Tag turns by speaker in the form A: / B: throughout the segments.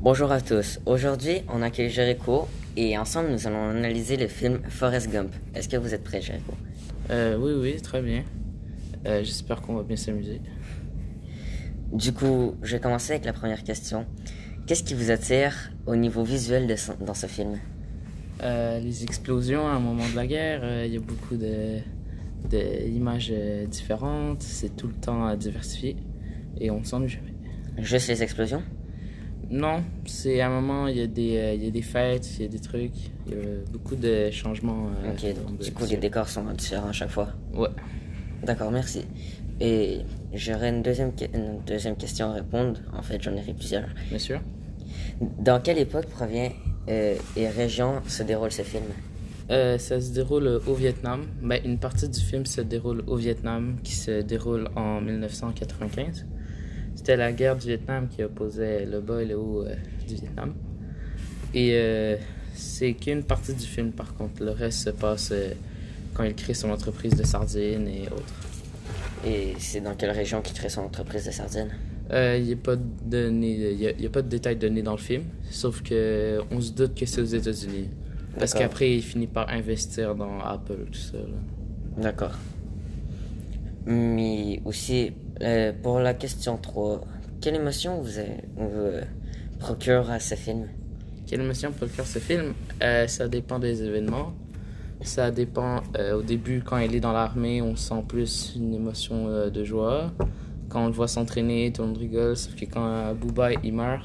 A: Bonjour à tous. Aujourd'hui, on accueille Jericho et ensemble, nous allons analyser le film Forrest Gump. Est-ce que vous êtes prêts, Jericho
B: Euh, oui, oui, très bien. Euh, J'espère qu'on va bien s'amuser.
A: Du coup, je vais commencer avec la première question. Qu'est-ce qui vous attire au niveau visuel de ce- dans ce film
B: Euh, les explosions à un moment de la guerre, euh, il y a beaucoup de d'images euh, différentes, c'est tout le temps euh, diversifié et on s'ennuie jamais.
A: Juste les explosions
B: Non, c'est à un moment, il y, a des, euh, il y a des fêtes, il y a des trucs, il y a beaucoup de changements. euh,
A: Ok, donc
B: de-
A: du coup, les décors sont différents à chaque fois.
B: Ouais.
A: D'accord, merci. Et j'aurais une deuxième, que- une deuxième question à répondre. En fait, j'en ai plusieurs.
B: Bien sûr.
A: Dans quelle époque provient euh, et région se déroule ce film
B: Euh, ça se déroule euh, au Vietnam. Ben, une partie du film se déroule au Vietnam, qui se déroule en 1995. C'était la guerre du Vietnam qui opposait le bas et le haut euh, du Vietnam. Et euh, c'est qu'une partie du film, par contre. Le reste se passe euh, quand il crée son entreprise de sardines et autres.
A: Et c'est dans quelle région qu'il crée son entreprise de sardines
B: Euh, Il n'y a, pas de données- il y a- il y a pas de détails donnés dans le film, sauf que on se doute que c'est aux États-Unis. Parce
A: D'accord.
B: qu'après, il finit par investir dans Apple, tout ça. là.
A: D'accord. Mais aussi, euh, pour la question 3, quelle émotion vous, avez- vous euh, procure à ce film
B: Quelle émotion procure ce film Euh, Ça dépend des événements. Ça dépend, euh, au début, quand il est dans l'armée, on sent plus une émotion euh, de joie. Quand on le voit s'entraîner, tout le monde rigole. Sauf que quand euh, Booba, il meurt,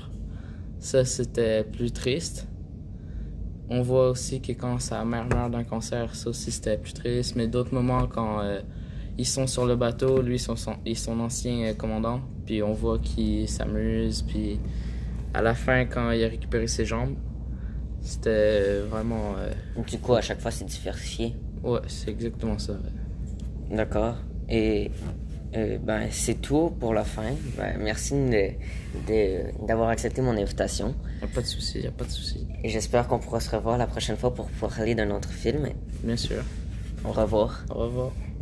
B: ça, c'était plus triste. On voit aussi que quand sa mère meurt d'un cancer, ça aussi, c'était plus triste. Mais d'autres moments, quand euh, ils sont sur le bateau, lui, son, son, et son ancien euh, commandant, puis on voit qu'il s'amuse, puis à la fin, quand il a récupéré ses jambes, c'était euh, vraiment. euh,
A: Du coup, à chaque fois, c'est diversifié.
B: ouais, c'est exactement ça. ouais.
A: D'accord. Et euh, ben, c'est tout pour la fin. Ben, merci de- de- d'avoir accepté mon invitation.
B: Y a pas de souci, y a pas de souci.
A: Et j'espère qu'on pourra se revoir la prochaine fois pour parler d'un autre film.
B: Bien sûr.
A: Au revoir.
B: Au revoir.